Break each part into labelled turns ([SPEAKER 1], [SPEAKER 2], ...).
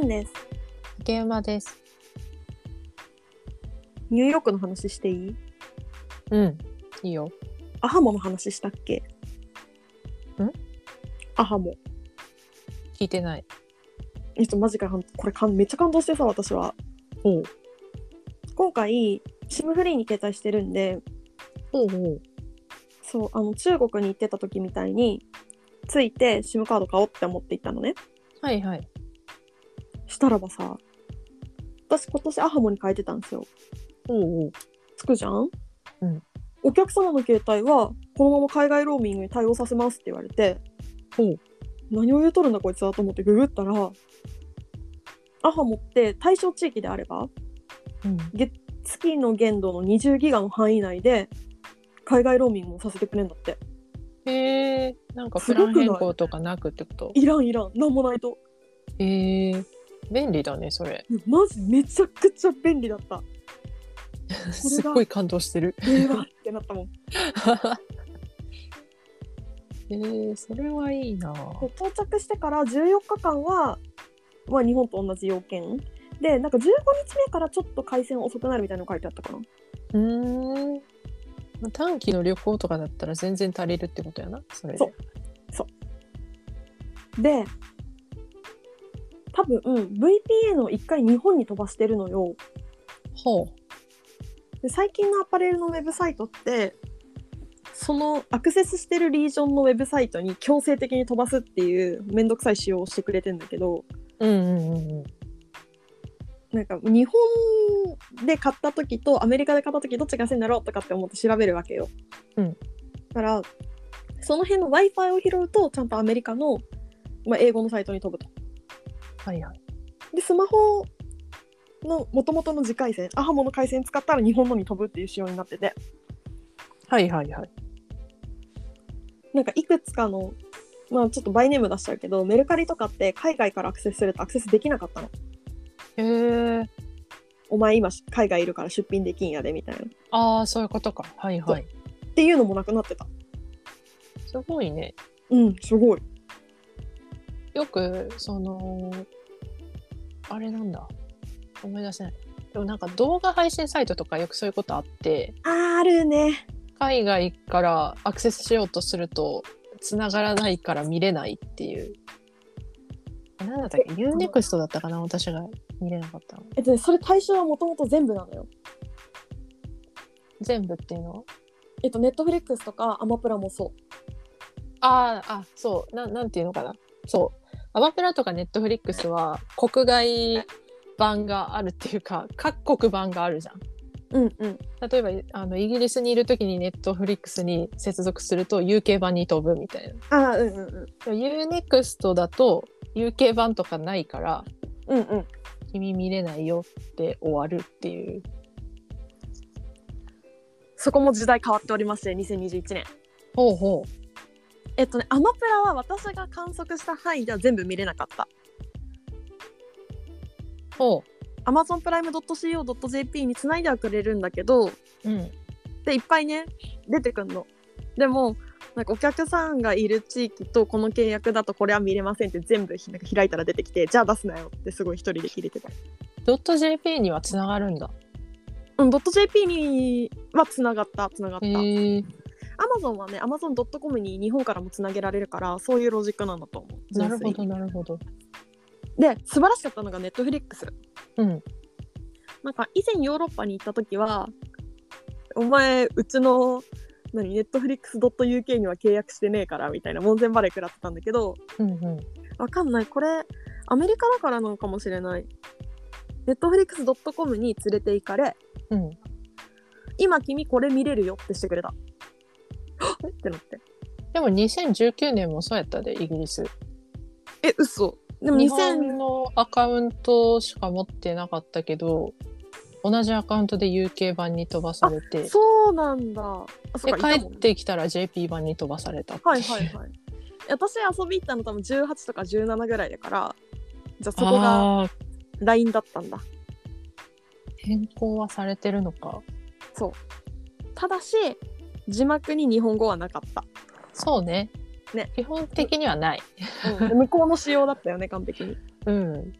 [SPEAKER 1] んです。
[SPEAKER 2] 竹馬です。
[SPEAKER 1] ニューヨークの話していい
[SPEAKER 2] うん。いいよ。
[SPEAKER 1] アハモの話したっけ
[SPEAKER 2] ん
[SPEAKER 1] アハモ。
[SPEAKER 2] 聞いてない。
[SPEAKER 1] えっと、マジか、これかんめっちゃ感動してさ、私は。
[SPEAKER 2] ほう。
[SPEAKER 1] 今回、シムフリーに携帯してるんで、
[SPEAKER 2] ほうほう。
[SPEAKER 1] そう、あの、中国に行ってた時みたいに、ついてシムカード買おうって思っていったのね。
[SPEAKER 2] はいはい。
[SPEAKER 1] したらばさ、私今年アハモに変えてたんですよ。
[SPEAKER 2] ほうほう。
[SPEAKER 1] つくじゃん
[SPEAKER 2] うん。
[SPEAKER 1] お客様の携帯は、このまま海外ローミングに対応させますって言われて、
[SPEAKER 2] ほう。
[SPEAKER 1] 何を言うとるんだこいつはと思ってググったらアハモって対象地域であれば
[SPEAKER 2] うん。
[SPEAKER 1] 月の限度の20ギガの範囲内で海外ローミングもさせてくれんだって
[SPEAKER 2] へえー、なんか
[SPEAKER 1] す
[SPEAKER 2] プ
[SPEAKER 1] ごく
[SPEAKER 2] ラ
[SPEAKER 1] ない
[SPEAKER 2] ン変更とかなくってこと
[SPEAKER 1] いらんいらんなんもないと
[SPEAKER 2] へえー、便利だねそれ
[SPEAKER 1] マジめちゃくちゃ便利だった
[SPEAKER 2] すっごい感動してる
[SPEAKER 1] 映画ってなったもん
[SPEAKER 2] へえー、それはいいな
[SPEAKER 1] そう到着してから14日間は、まあ、日本と同じ要件でなんか15日目からちょっと回線遅くなるみたいなの書いてあったかな
[SPEAKER 2] うーんまあ短期の旅行とかだったら全然足りるってことやなそれで
[SPEAKER 1] そうで多分、VPN を一回日本に飛ばしてるのよ
[SPEAKER 2] ほう
[SPEAKER 1] で最近のアパレルのウェブサイトってそのアクセスしてるリージョンのウェブサイトに強制的に飛ばすっていう面倒くさい仕様をしてくれてんだけど
[SPEAKER 2] うんうんうんうん
[SPEAKER 1] なんか日本で買った時とアメリカで買った時どっちが安いんだろうとかって思って調べるわけよ。
[SPEAKER 2] うん
[SPEAKER 1] だからその辺の w i f i を拾うとちゃんとアメリカの、まあ、英語のサイトに飛ぶと。
[SPEAKER 2] はいはい
[SPEAKER 1] でスマホの元々の次回線アハモの回線使ったら日本のに飛ぶっていう仕様になってて
[SPEAKER 2] はいはいはい
[SPEAKER 1] なんかいくつかの、まあ、ちょっとバイネーム出しちゃうけどメルカリとかって海外からアクセスするとアクセスできなかったの
[SPEAKER 2] へえー、
[SPEAKER 1] お前今海外いるから出品できんやでみたいなっ
[SPEAKER 2] ああそういうことかはいはい
[SPEAKER 1] ていうのもなくなってた
[SPEAKER 2] すごいね
[SPEAKER 1] うんすごい
[SPEAKER 2] よくそのあれなんだ思い出せないでもなんか動画配信サイトとかよくそういうことあって
[SPEAKER 1] あるね
[SPEAKER 2] 海外からアクセスしようとすると繋がらないから見れないっていう何だったっけ UNEXT だったかな私が見れなかったの
[SPEAKER 1] えっとねそれ対象はもともと全部なのよ
[SPEAKER 2] 全部っていうのは
[SPEAKER 1] えっとネットフリックスとかアマプラもそ
[SPEAKER 2] あーあそうななんていうのかなそうアマプラとかネットフリックスは国外版があるっていうか各国版があるじゃん
[SPEAKER 1] ううんうん
[SPEAKER 2] 例えばあのイギリスにいる時にネットフリックスに接続すると UK 版に飛ぶみたいな
[SPEAKER 1] ああうんうんうん
[SPEAKER 2] でも UNEXT だと UK 版とかないから
[SPEAKER 1] うんうん
[SPEAKER 2] 君見れないよって終わるっていう
[SPEAKER 1] そこも時代変わっておりまして2021年
[SPEAKER 2] ほうほう
[SPEAKER 1] えっとねアマプラは私が観測した範囲では全部見れなかった
[SPEAKER 2] ほ
[SPEAKER 1] Amazon プライム .co.jp につないではくれるんだけど
[SPEAKER 2] ううん
[SPEAKER 1] でいっぱいね出てくんのでもなんかお客さんがいる地域とこの契約だとこれは見れませんって全部ひなんか開いたら出てきてじゃあ出すなよってすごい一人で切れてた
[SPEAKER 2] ドット .jp にはつながるんだ
[SPEAKER 1] うん .jp にはつながったつながった
[SPEAKER 2] へえ
[SPEAKER 1] Amazon はね Amazon.com に日本からもつなげられるからそういうロジックなんだと思う
[SPEAKER 2] なるほ
[SPEAKER 1] 純
[SPEAKER 2] どなるほど
[SPEAKER 1] 粋にで素晴らしかったのが Netflix
[SPEAKER 2] うん
[SPEAKER 1] なんか以前ヨーロッパに行った時はお前うちの何 Netflix.uk には契約してねえからみたいな門前バレ食らってたんだけど
[SPEAKER 2] うんうん
[SPEAKER 1] わかんない。これ、アメリカだからなのかもしれない。netflix.com に連れて行かれ、
[SPEAKER 2] うん
[SPEAKER 1] 今君これ見れるよってしてくれた。 はっってなって。
[SPEAKER 2] でも2019年もそうやったでイギリス
[SPEAKER 1] え、嘘。でも
[SPEAKER 2] 日
[SPEAKER 1] 2000
[SPEAKER 2] 本、のアカウントしか持ってなかったけど同じアカウントで UK 版に飛ばされて
[SPEAKER 1] そうなんだ。あ、そ
[SPEAKER 2] で
[SPEAKER 1] っか、い
[SPEAKER 2] 帰
[SPEAKER 1] た
[SPEAKER 2] っ
[SPEAKER 1] もんね
[SPEAKER 2] てきたら JP 版に飛ばされたって
[SPEAKER 1] はいはいはい。私遊び行ったの多分18とか17ぐらいだから、じゃあそこが
[SPEAKER 2] ああー
[SPEAKER 1] LINE だったんだ。
[SPEAKER 2] 変更はされてるのか
[SPEAKER 1] ただし、字幕に日本語はなか った。
[SPEAKER 2] そうね
[SPEAKER 1] ね
[SPEAKER 2] 基本的にはない
[SPEAKER 1] うん、向こうの仕様だったよね、完璧に。
[SPEAKER 2] うん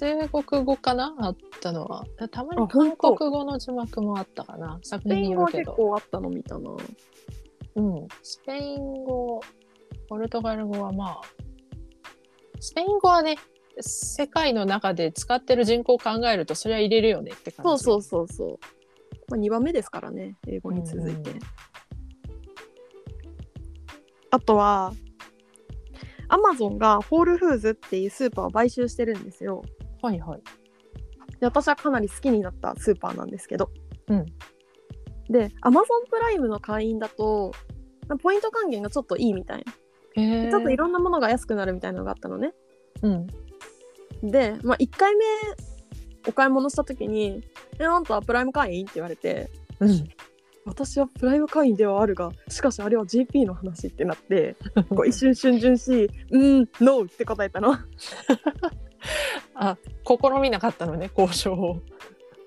[SPEAKER 2] 中国語かなあったのは。たま
[SPEAKER 1] あ
[SPEAKER 2] に
[SPEAKER 1] 本
[SPEAKER 2] 韓
[SPEAKER 1] 当
[SPEAKER 2] 国語の字幕もあったかな作
[SPEAKER 1] スペ
[SPEAKER 2] 品
[SPEAKER 1] イ
[SPEAKER 2] に
[SPEAKER 1] ン
[SPEAKER 2] よ
[SPEAKER 1] 語は
[SPEAKER 2] るけ
[SPEAKER 1] 結
[SPEAKER 2] ど。
[SPEAKER 1] 構あったの見たな。
[SPEAKER 2] うん。スペイン語、ポルトガル語はまあ、スペイン語はね、世界の中で使ってる人口を考えると、それは入れるよねって感じ。
[SPEAKER 1] そうそうそうそう。まあ、2番目ですからね、英語に続いて。
[SPEAKER 2] うん
[SPEAKER 1] あとは、アマゾンがホールフーズっていうスーパーを買収してるんですよ。
[SPEAKER 2] はいはい。
[SPEAKER 1] で私はかなり好きになったスーパーなんですけど。
[SPEAKER 2] うん
[SPEAKER 1] で、アマゾンプライムの会員だと、ポイント還元がちょっといいみたい
[SPEAKER 2] へ
[SPEAKER 1] な。
[SPEAKER 2] え。
[SPEAKER 1] ちょっといろんなものが安くなるみたいなのがあったのね。
[SPEAKER 2] うん。
[SPEAKER 1] で、まあ、1回目お買い物した時に「えあんたはプライム会員?」って言われて
[SPEAKER 2] うん。
[SPEAKER 1] 「私はプライム会員ではあるがしかしあれは GP の話」ってなってこう一瞬瞬々し「うんノー」って答えたの。だ
[SPEAKER 2] あ、試みなかったのね、交渉を。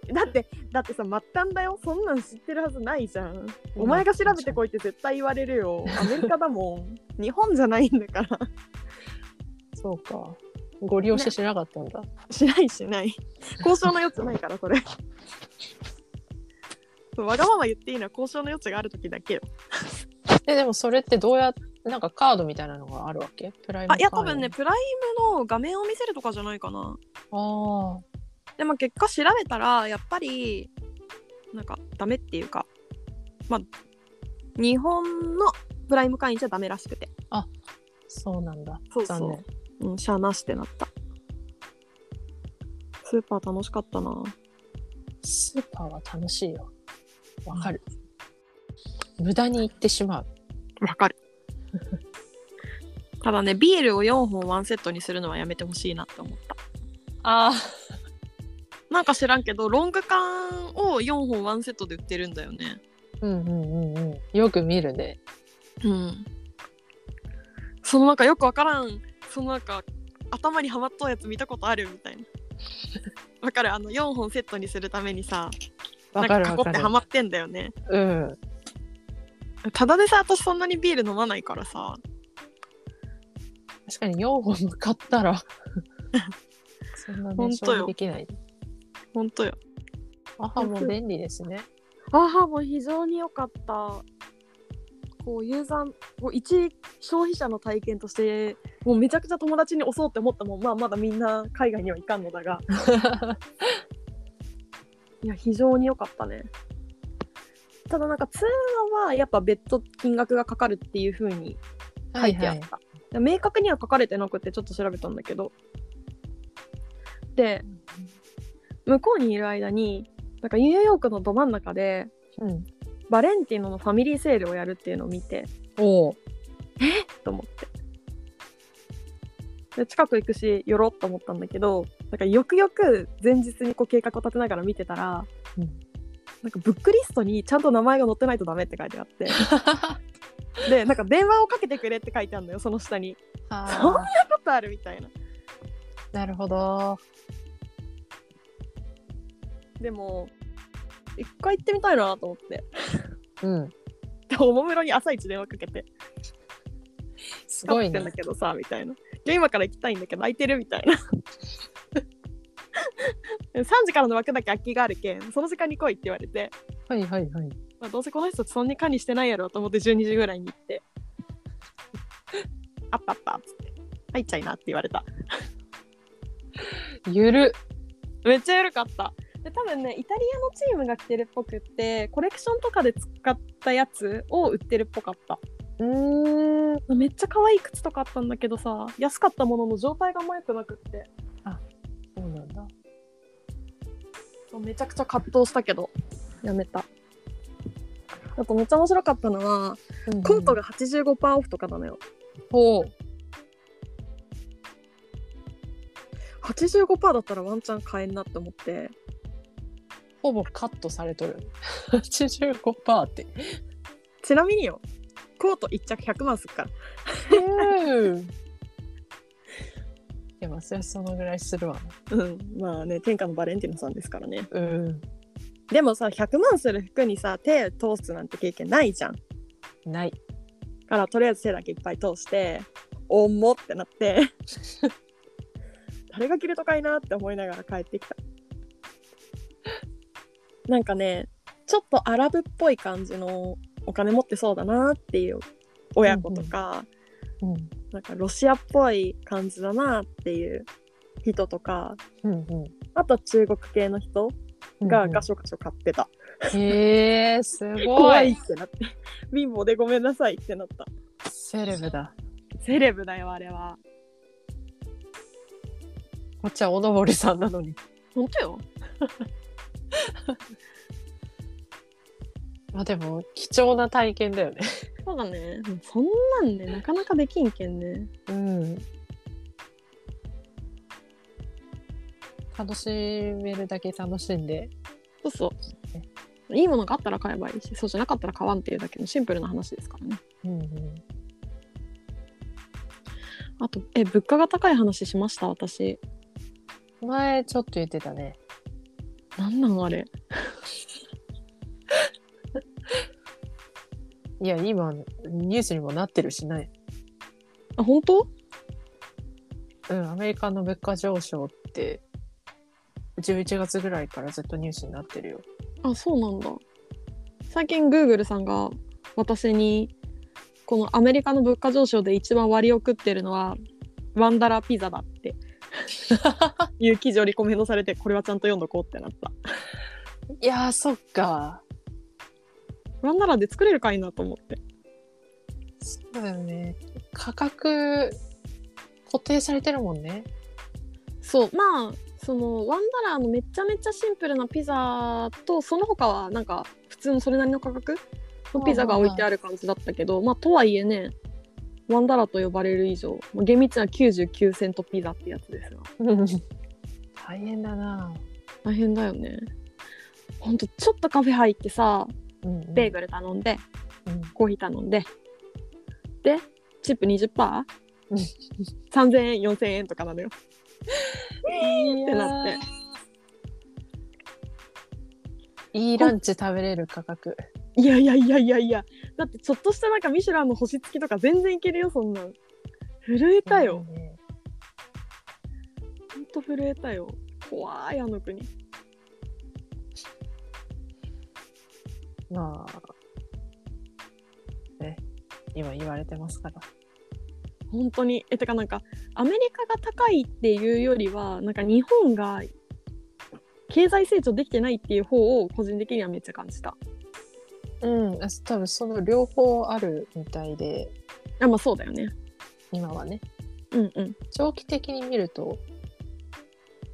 [SPEAKER 1] ってだってさ末端だよそんなん知ってるはずないじゃん。お前が調べてこいって絶対言われるよ。アメリカだもん。 日本じゃないんだから。
[SPEAKER 2] そうか。ご利用ししなかったんだ。
[SPEAKER 1] しないしない。交渉の余地ないからそれ。 そうわがまま言っていいのは交渉の余地がある時だけよ
[SPEAKER 2] え、でもそれってどうやっなんかカードみたいなのがあるわけプライム
[SPEAKER 1] あいや多
[SPEAKER 2] 会員
[SPEAKER 1] 分ねプライムの画面を見せるとかじゃないかな
[SPEAKER 2] あ
[SPEAKER 1] でも結果調べたらやっぱりなんかダメっていうかまあ日本のプライム会員じゃダメらしくて
[SPEAKER 2] あ、そうなんだ。
[SPEAKER 1] そうそう
[SPEAKER 2] 残念。
[SPEAKER 1] うんしゃあなしってなったスーパー楽しかったな
[SPEAKER 2] スーパーは楽しいよ。わかる。無駄に行ってしまう。
[SPEAKER 1] わかるただねビールを4本ワンセットにするのはやめてほしいなって思った
[SPEAKER 2] あ
[SPEAKER 1] なんか知らんけどロング缶を4本ワンセットで売ってるんだよね
[SPEAKER 2] うんうんうんうん。よく見るね。
[SPEAKER 1] うん、そのなんかよくわからんそのなんか頭にはまっとうやつ見たことあるみたいなわかるあの4本セットにするためにさ
[SPEAKER 2] わかる
[SPEAKER 1] なん
[SPEAKER 2] わ
[SPEAKER 1] か囲っ
[SPEAKER 2] か
[SPEAKER 1] て
[SPEAKER 2] る
[SPEAKER 1] は。まってんだよね
[SPEAKER 2] うん。
[SPEAKER 1] ただでさ私そんなにビール飲まないからさ
[SPEAKER 2] 確かに4本向かった ら。そんな
[SPEAKER 1] ほ
[SPEAKER 2] ね、
[SPEAKER 1] んと
[SPEAKER 2] 消
[SPEAKER 1] よ
[SPEAKER 2] 費できない。
[SPEAKER 1] ほんとよ
[SPEAKER 2] アハも便利ですね。
[SPEAKER 1] ああもう非常に良かったこうユーザーこう一消費者の体験としてもうめちゃくちゃ友達に押そうって思ったもんまあまだみんな海外には行かんのだ がいや非常に良かったねただなんか通話はやっぱ別途金額がかかるっていう風に書いてあった、明確には書かれてなくてちょっと調べたんだけどで向こうにいる間になんかニューヨークのど真ん中で
[SPEAKER 2] うん。
[SPEAKER 1] バレンティーノのファミリーセールをやるっていうのを見て
[SPEAKER 2] おう
[SPEAKER 1] と思ってで近く行くし寄ろうと思ったんだけどなんかよくよく前日にこう計画を立てながら見てたら、
[SPEAKER 2] うん
[SPEAKER 1] なんかブックリストにちゃんと名前が載ってないとダメって書いてあってでなんか電話をかけてくれって書いてあるのよその下に そん
[SPEAKER 2] あ
[SPEAKER 1] なことあるみたいな
[SPEAKER 2] ーなるほど。
[SPEAKER 1] でも一回行ってみたいなと思って
[SPEAKER 2] うん。
[SPEAKER 1] でおもむろに朝一電話かけて
[SPEAKER 2] すごい
[SPEAKER 1] 使ってん
[SPEAKER 2] ね
[SPEAKER 1] だ。けどさみたいな「今から行きたいんだけど空いてる?」みたいな 3時からの枠だけ空きがあるけんその時間に来いって言われて、
[SPEAKER 2] はいはいはい。
[SPEAKER 1] まあ、どうせこの人そんなに管理してないやろと思って12時ぐらいに行って 「あったあった」っつって「入っちゃいな」って言われた
[SPEAKER 2] ゆる。
[SPEAKER 1] めっちゃ緩かったで多分ねイタリアのチームが着てるっぽくってコレクションとかで使ったやつを売ってるっぽかった
[SPEAKER 2] うーん。
[SPEAKER 1] めっちゃ可愛い靴とかあったんだけどさ安かったものの状態があんま良くなくって
[SPEAKER 2] そうなんだ。
[SPEAKER 1] そうめちゃくちゃ葛藤したけどやめたあとめっちゃ面白かったのは、コントが85%オフとかなのよ
[SPEAKER 2] ほう。
[SPEAKER 1] 85%だったらワンチャン買えんなって思って
[SPEAKER 2] ほぼカットされとる。85%って。
[SPEAKER 1] ちなみによコート1着100万すっから
[SPEAKER 2] いや、まあ、それはそのぐらいするわ。
[SPEAKER 1] うんまあね天下のバレンティノさんですからね
[SPEAKER 2] うん。
[SPEAKER 1] でもさ100万する服にさ手通すなんて経験ないじゃんだ
[SPEAKER 2] ない。
[SPEAKER 1] からとりあえず手だけいっぱい通して重っってなってこれがキルトかいなって思いながら帰ってきた。なんかね、ちょっとアラブっぽい感じのお金持ってそうだなっていう親子とか、
[SPEAKER 2] うん
[SPEAKER 1] なんかロシアっぽい感じだなっていう人とか、
[SPEAKER 2] うんうん
[SPEAKER 1] あと中国系の人
[SPEAKER 2] うん
[SPEAKER 1] がガショガショ買ってた。
[SPEAKER 2] へえすご
[SPEAKER 1] 怖い
[SPEAKER 2] い
[SPEAKER 1] ってなって、貧乏でごめんなさいってなった。
[SPEAKER 2] セレブだ
[SPEAKER 1] セレブだよ、あれは。
[SPEAKER 2] こっちはおのぼりさんなのに
[SPEAKER 1] 本当よ。
[SPEAKER 2] まあでも貴重な体験だよね
[SPEAKER 1] そうだね。もうそんなんね、なかなかできんけんね。
[SPEAKER 2] うん楽しめるだけ楽しんで
[SPEAKER 1] そうそう。いいものがあったら買えばいいし、そうじゃなかったら買わんっていうだけのシンプルな話ですからね。
[SPEAKER 2] うん
[SPEAKER 1] あと、え、物価が高い話しました、私。
[SPEAKER 2] うん前ちょっと言ってたね
[SPEAKER 1] なんなんあれ。
[SPEAKER 2] いや今ニュースにもなってるしない
[SPEAKER 1] あ、本当
[SPEAKER 2] うんアメリカの物価上昇って11月ぐらいからずっとニュースになってるよ
[SPEAKER 1] あ、そうなんだ。最近、Google さんが私に、このアメリカの物価上昇で一番割を食ってるのは、ワンダラピザだって いう記事をリコメンドされて、これはちゃんと読んどこうってなった。
[SPEAKER 2] いやーそっか
[SPEAKER 1] ワンダラで作れるかいなと思って。
[SPEAKER 2] そうだよね価格固定されてるもんね
[SPEAKER 1] そうまあそのワンダラーのめちゃめちゃシンプルなピザとその他はなんか普通のそれなりの価格のピザが置いてある感じだったけど、まあとはいえねワンダラーと呼ばれる以上まあ厳密には99セントピザってやつですが
[SPEAKER 2] 大変だな
[SPEAKER 1] 大変だよねほんとちょっとカフェ入ってさ
[SPEAKER 2] うんうん
[SPEAKER 1] ベーグル頼んで
[SPEAKER 2] うん
[SPEAKER 1] コーヒー頼んででチップ 20%?3000
[SPEAKER 2] うん
[SPEAKER 1] 円4000円とかなのよ
[SPEAKER 2] って
[SPEAKER 1] なって
[SPEAKER 2] いいランチ食べれる価格
[SPEAKER 1] いやいやいやいやいやだってちょっとしたなんかミシュランの星付きとか全然いけるよそんなん震えたよ、ほんと震えたよ怖いあの国
[SPEAKER 2] まあね今言われてますから
[SPEAKER 1] 本当にえてかなんかアメリカが高いっていうよりはなんか日本が経済成長できてないっていう方を個人的にはめっちゃ感じた
[SPEAKER 2] うんあ多分その両方あるみたいで
[SPEAKER 1] あまあそうだよね
[SPEAKER 2] 今はね
[SPEAKER 1] うんうん
[SPEAKER 2] 長期的に見ると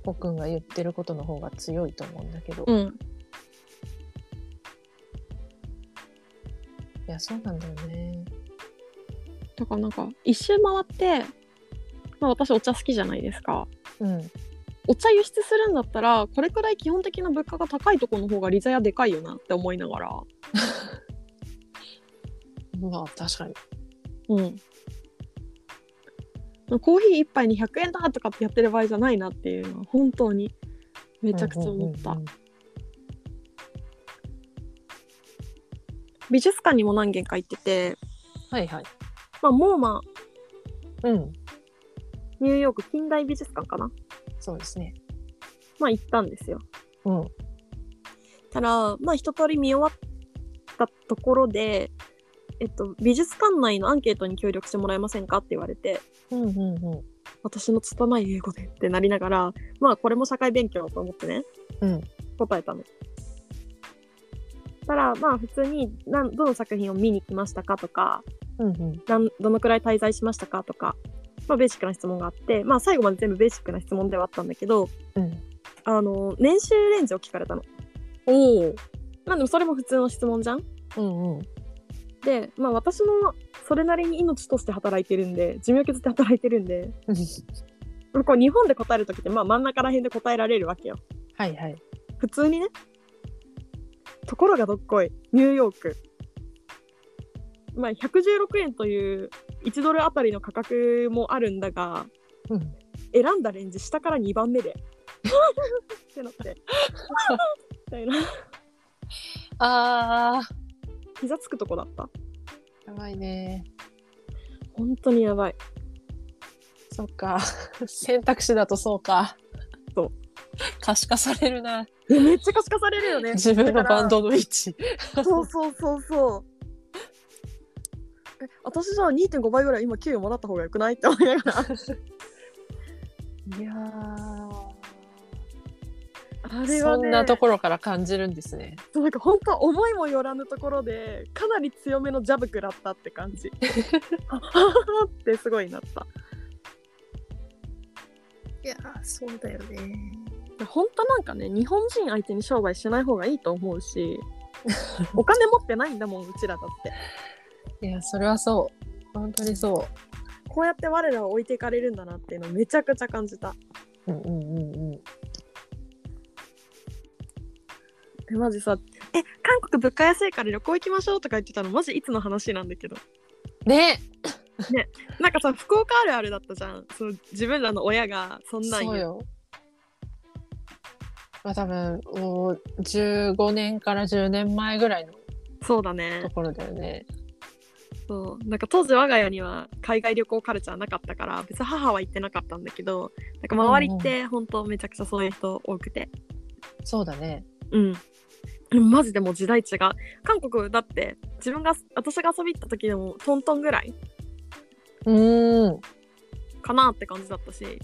[SPEAKER 2] コくんが言ってることの方が強いと思うんだけど、
[SPEAKER 1] う
[SPEAKER 2] い
[SPEAKER 1] ん
[SPEAKER 2] やそうなんだよね
[SPEAKER 1] だからなんか一周回ってまあ私お茶好きじゃないですか
[SPEAKER 2] うん
[SPEAKER 1] お茶輸出するんだったらこれくらい基本的な物価が高いところの方が利ザヤでかいよなって思いながら
[SPEAKER 2] まあ確かに
[SPEAKER 1] うん、コーヒー1杯に100円だとかってやってる場合じゃないなっていうのは本当にめちゃくちゃ思った、
[SPEAKER 2] うんうんうんうん
[SPEAKER 1] 美術館にも何軒か行ってて、
[SPEAKER 2] はいはい
[SPEAKER 1] まあ、モーマ
[SPEAKER 2] うん
[SPEAKER 1] ニューヨーク近代美術館かな
[SPEAKER 2] そうですね
[SPEAKER 1] まあ行ったんですよ
[SPEAKER 2] うん
[SPEAKER 1] たらまあ一通り見終わったところでえっと、美術館内のアンケートに協力してもらえませんかって言われて
[SPEAKER 2] うんうんうん
[SPEAKER 1] 私の拙い英語でってなりながらまあこれも社会勉強と思ってね、
[SPEAKER 2] うん
[SPEAKER 1] 答えたの。たらまあ普通になんどの作品を見に来ましたかとか
[SPEAKER 2] うんうん
[SPEAKER 1] なんどのくらい滞在しましたかとか、まあ、ベーシックな質問があって、まあ、最後まで全部ベーシックな質問ではあったんだけど
[SPEAKER 2] うん
[SPEAKER 1] あの年収レンジを聞かれたの。
[SPEAKER 2] おお
[SPEAKER 1] まあでもそれも普通の質問じゃん
[SPEAKER 2] うんうん
[SPEAKER 1] で、まあ、私もそれなりに命として働いてるんで寿命削って働いてるんでこう日本で答える時ってまあ真ん中ら辺で答えられるわけよ。
[SPEAKER 2] はいはい
[SPEAKER 1] 普通にねところがどっこいニューヨークまあ116円という1ドルあたりの価格もあるんだが
[SPEAKER 2] うん
[SPEAKER 1] 選んだレンジ下から2番目でってなってみたいな
[SPEAKER 2] あ
[SPEAKER 1] 膝つくとこだった
[SPEAKER 2] ーやばいね
[SPEAKER 1] 本当にやばい
[SPEAKER 2] そっか。 選択肢だとそうか。
[SPEAKER 1] そう
[SPEAKER 2] 可視化されるな。
[SPEAKER 1] えめっちゃ可視化されるよね
[SPEAKER 2] 自分のバンドの位置。
[SPEAKER 1] そうそうそうそう。え私じゃあ2.5倍ぐらい今給与もらった方がよくないって思いながら。
[SPEAKER 2] いや
[SPEAKER 1] あ
[SPEAKER 2] そんなところから感じるんですね。
[SPEAKER 1] そうなんか本当思いもよらぬところでかなり強めのジャブ食らったって感 じ。あはははってすごいなった。
[SPEAKER 2] いやそうだよね。
[SPEAKER 1] 本当なんかね日本人相手に商売しない方がいいと思う しお金持ってないんだもんうちらだって
[SPEAKER 2] いや、それはそう。本当にそ
[SPEAKER 1] こうやって我らを置いていかれるんだなっていうのめちゃくちゃ感じた
[SPEAKER 2] う。うんうんうんうん。
[SPEAKER 1] でマジさ「え韓国物価安いから旅行行きましょう」とか言ってたのマジいつの話なんだけど
[SPEAKER 2] ね
[SPEAKER 1] なんかさ福岡あるあるだったじゃんそう自分らの親がそんなん
[SPEAKER 2] そう
[SPEAKER 1] 言う
[SPEAKER 2] よ。まあ多分、もう15年から10年前ぐらいの
[SPEAKER 1] そうだ
[SPEAKER 2] と
[SPEAKER 1] ね
[SPEAKER 2] ころだよね。
[SPEAKER 1] そうなんか当時我が家には海外旅行カルチャーなかったから別に母は行ってなかったんだけどなんか周りって本当めちゃくちゃそういう人多くて
[SPEAKER 2] そうだね。
[SPEAKER 1] うん。でもマジでもう時代違う。韓国だって自分が私が遊び行った時でもトントンぐらいう
[SPEAKER 2] ーん。
[SPEAKER 1] かなって感じだった し、
[SPEAKER 2] い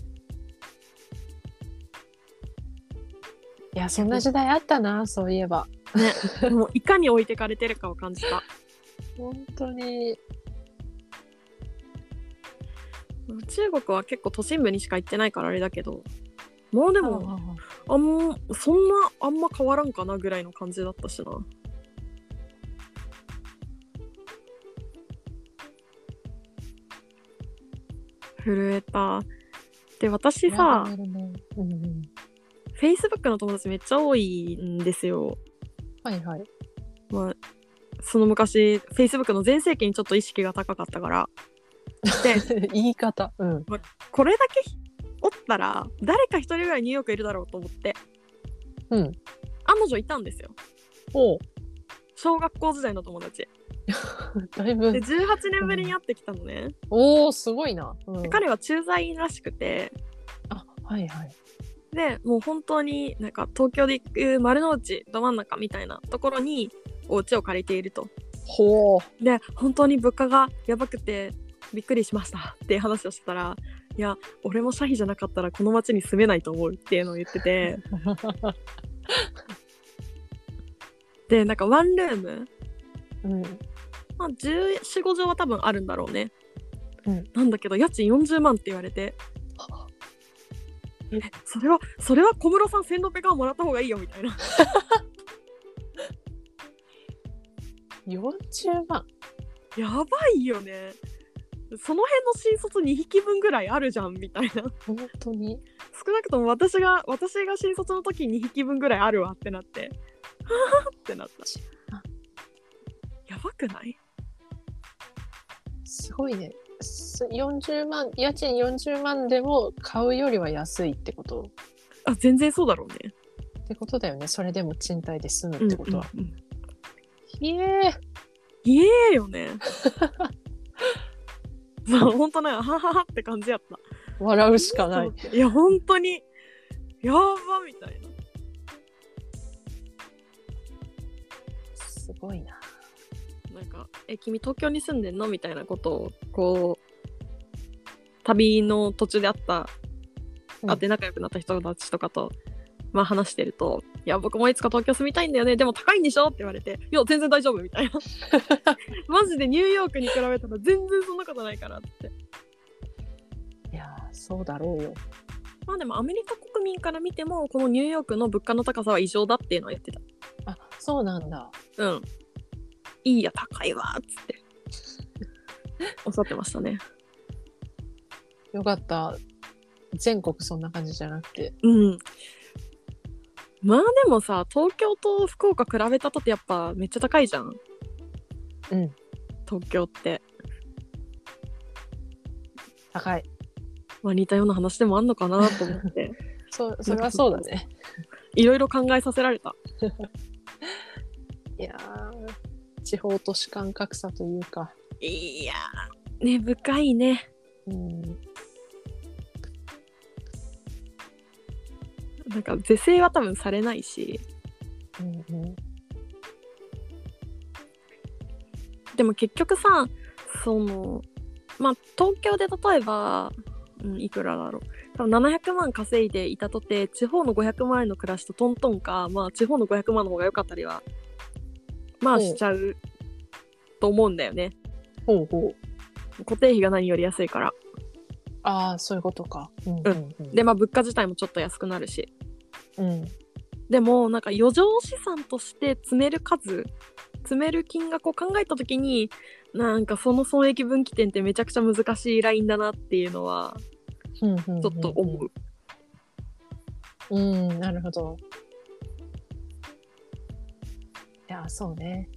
[SPEAKER 2] や、そんな時代あったな、そういえば。
[SPEAKER 1] ね、もういかに置いてかれてるかを感じた。
[SPEAKER 2] 本当に。
[SPEAKER 1] 中国は結構都心部にしか行ってないからあれだけど、もうで
[SPEAKER 2] で
[SPEAKER 1] も、あんまそんなあんま変わらんかなぐらいの感じだったしな。震えた。で、私さ、
[SPEAKER 2] うんうん、
[SPEAKER 1] フェイスブックの友達めっちゃ多いんですよ。
[SPEAKER 2] はいはい。
[SPEAKER 1] まあ、その昔、フェイスブックの全盛期にちょっと意識が高かったから。で、
[SPEAKER 2] 言い方。うん。
[SPEAKER 1] これだけおったら、誰か一人ぐらいニューヨークいるだろうと思って、
[SPEAKER 2] うん。
[SPEAKER 1] 案の定いたんですよ。
[SPEAKER 2] おう
[SPEAKER 1] 小学校時代の友達。
[SPEAKER 2] だい
[SPEAKER 1] で、
[SPEAKER 2] ぶ。
[SPEAKER 1] 18年ぶりに会ってきたのね。
[SPEAKER 2] おおすごいな。うん
[SPEAKER 1] で彼は駐在員らしくて、
[SPEAKER 2] あ、はいはい。
[SPEAKER 1] で、もう本当になんか東京で行く丸の内、ど真ん中みたいなところにお家を借りていると。
[SPEAKER 2] ほう。
[SPEAKER 1] で本当に物価がやばくてびっくりしましたっていう話をしてたらいや俺もシャヒじゃなかったらこの町に住めないと思うっていうのを言っててでなんかワンルーム、
[SPEAKER 2] うん。
[SPEAKER 1] まあ、1415畳は多分あるんだろうね、
[SPEAKER 2] うん
[SPEAKER 1] なんだけど家賃40万って言われてえそれはそれは小室さん1600万もらった方がいいよみたいな
[SPEAKER 2] 40万。
[SPEAKER 1] やばいよねその辺の新卒2匹分ぐらいあるじゃんみたいな
[SPEAKER 2] 本当に。
[SPEAKER 1] 少なくとも私が私が新卒の時に2匹分ぐらいあるわってなってははってなった
[SPEAKER 2] あ
[SPEAKER 1] やばくない
[SPEAKER 2] すごいね。す40万、家賃40万でも買うよりは安いってこと
[SPEAKER 1] あ全然そうだろうね
[SPEAKER 2] ってことだよね。それでも賃貸で住むってことは。
[SPEAKER 1] うんうんうん
[SPEAKER 2] ひえー
[SPEAKER 1] 言えよ ねそう本当ねはははって感じやった
[SPEAKER 2] 笑うしかない。
[SPEAKER 1] いや本当にやばみたいな
[SPEAKER 2] すごいな。
[SPEAKER 1] なんか「え君東京に住んでんの?」みたいなことをこう旅の途中で会った
[SPEAKER 2] うん
[SPEAKER 1] 会って仲良くなった人たちとかと、まあ、話してると「いや僕もいつか東京住みたいんだよねでも高いんでしょ?」って言われて「いや全然大丈夫」みたい なマジでニューヨークに比べたら全然そんなことないからって
[SPEAKER 2] いやーそうだろうよ。
[SPEAKER 1] まあでもアメリカ国民から見てもこのニューヨークの物価の高さは異常だっていうのは言ってた
[SPEAKER 2] あ、そうなんだ。
[SPEAKER 1] うんいいや高いわっつって おっしゃってましたね
[SPEAKER 2] よかった。全国そんな感じじゃなくて。
[SPEAKER 1] うんまあでもさ東京と福岡比べたとってやっぱめっちゃ高いじゃん
[SPEAKER 2] うん。
[SPEAKER 1] 東京って、
[SPEAKER 2] 高い。
[SPEAKER 1] まあ、似たような話でもあんのかなと思って
[SPEAKER 2] そ、それはそうだね。
[SPEAKER 1] いろいろ考えさせられた
[SPEAKER 2] いやー地方都市間格差というか。
[SPEAKER 1] いやーね深いね
[SPEAKER 2] うん。
[SPEAKER 1] なんか是正は多分されないし
[SPEAKER 2] うんうん
[SPEAKER 1] でも結局さそのまあ東京で例えば、うん、いくらだろう多分700万稼いでいたとて地方の500万円の暮らしとトントンかまあ地方の500万の方が良かったりはまあしちゃうと思うんだよね
[SPEAKER 2] ほうほう
[SPEAKER 1] 固定費が何より安いから
[SPEAKER 2] ああそういうことかうんうんうん
[SPEAKER 1] でまあ物価自体もちょっと安くなるし
[SPEAKER 2] うん
[SPEAKER 1] でもなんか余剰資産として積める数積める金額を考えた時になんかその損益分岐点ってめちゃくちゃ難しいラインだなっていうのは
[SPEAKER 2] うんうんうん
[SPEAKER 1] ちょっと思う、
[SPEAKER 2] うん、なるほど。いや、そうね。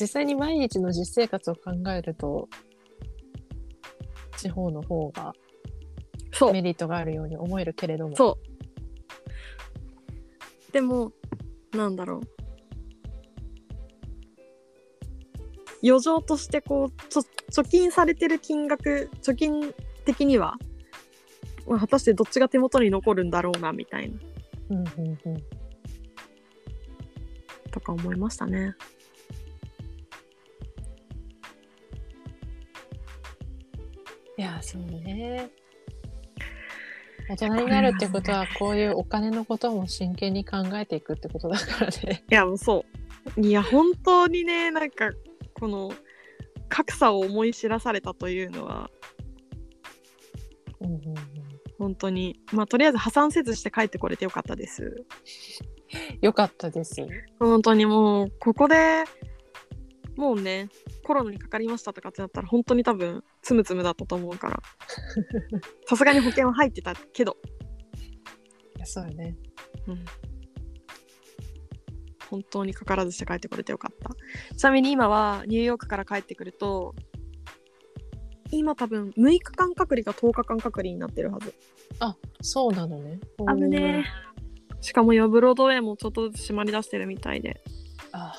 [SPEAKER 2] 実際に毎日の実生活を考えると、地方の方が
[SPEAKER 1] そう
[SPEAKER 2] メリットがあるように思えるけれども。
[SPEAKER 1] そうでもなんだろう余剰としてこうちょ貯金されてる金額貯金的には、まあ、果たしてどっちが手元に残るんだろうなみたいな
[SPEAKER 2] うんうんうん。
[SPEAKER 1] とか思いましたね
[SPEAKER 2] いや、そうね。大人になるってことは、こういうお金のことも真剣に考えていくってことだからね。
[SPEAKER 1] いやもうそういや本当にねなんかこの格差を思い知らされたというのは
[SPEAKER 2] うんうんうん、
[SPEAKER 1] 本当にまあとりあえず破産せずして帰ってこれてよかったです
[SPEAKER 2] よかったです。
[SPEAKER 1] 本当にもうここでもうねコロナにかかりましたとかってなったら本当に多分つむつむだったと思うから さすがに保険は入ってたけど、
[SPEAKER 2] いやそうよね。
[SPEAKER 1] うん本当にかからずして帰ってこれてよかったちなみに今はニューヨークから帰ってくると今多分6日間隔離が10日間隔離になってるはず
[SPEAKER 2] そうなのね。
[SPEAKER 1] 危ねえしかもよブロードウェイもちょっとずつ閉まり出してるみたいで
[SPEAKER 2] あ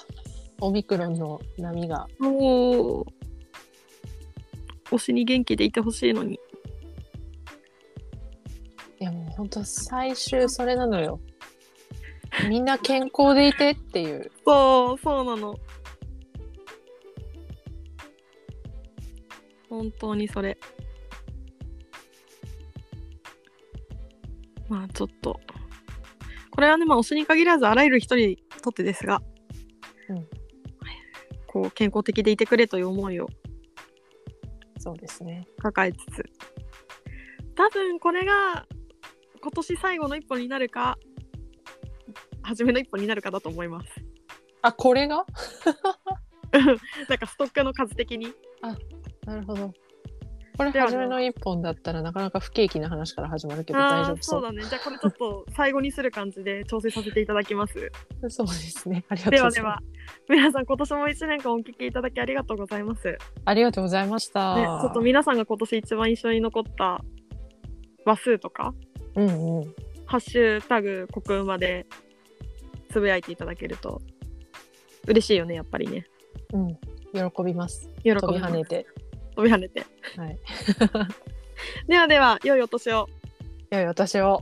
[SPEAKER 2] オミクロンの波が
[SPEAKER 1] おお推しに元気でいてほしいのに
[SPEAKER 2] いやもう本当最終それなのよみんな健康でいてっていう
[SPEAKER 1] そうそうなの本当にそれまあちょっとこれはねまあ推しに限らずあらゆる人にとってですが、
[SPEAKER 2] うん
[SPEAKER 1] こう健康的でいてくれという思いを
[SPEAKER 2] そうですね
[SPEAKER 1] 抱えつつ多分これが今年最後の一歩になるか初めの一歩になるかだと思います
[SPEAKER 2] あこれが
[SPEAKER 1] なんかストックの数的に
[SPEAKER 2] なるほどこれ
[SPEAKER 1] では
[SPEAKER 2] 初めの一本だったらなかなか不景気な話から始まるけど大丈
[SPEAKER 1] あ
[SPEAKER 2] 夫
[SPEAKER 1] ー
[SPEAKER 2] そ
[SPEAKER 1] そう
[SPEAKER 2] う
[SPEAKER 1] だねじゃあこれちょっと最後にする感じで調整させていただき ます
[SPEAKER 2] そうです ねありがと
[SPEAKER 1] で
[SPEAKER 2] うご
[SPEAKER 1] は
[SPEAKER 2] ざ
[SPEAKER 1] で
[SPEAKER 2] いま
[SPEAKER 1] は
[SPEAKER 2] す
[SPEAKER 1] 皆さん今年も1年間お聞きいただきありがとうございます、ね、
[SPEAKER 2] ありがとうございました、
[SPEAKER 1] ちょっと皆さんが今年一番印象に残った話数とか
[SPEAKER 2] うんうん
[SPEAKER 1] ハッシュタグ国馬でつぶやいていただけると嬉しいよねやっぱりね
[SPEAKER 2] うん喜びます
[SPEAKER 1] 喜び
[SPEAKER 2] 飛び
[SPEAKER 1] ます
[SPEAKER 2] 跳ねて
[SPEAKER 1] 飛び跳ねて
[SPEAKER 2] はい
[SPEAKER 1] ではでは良いお年を
[SPEAKER 2] 良いお年を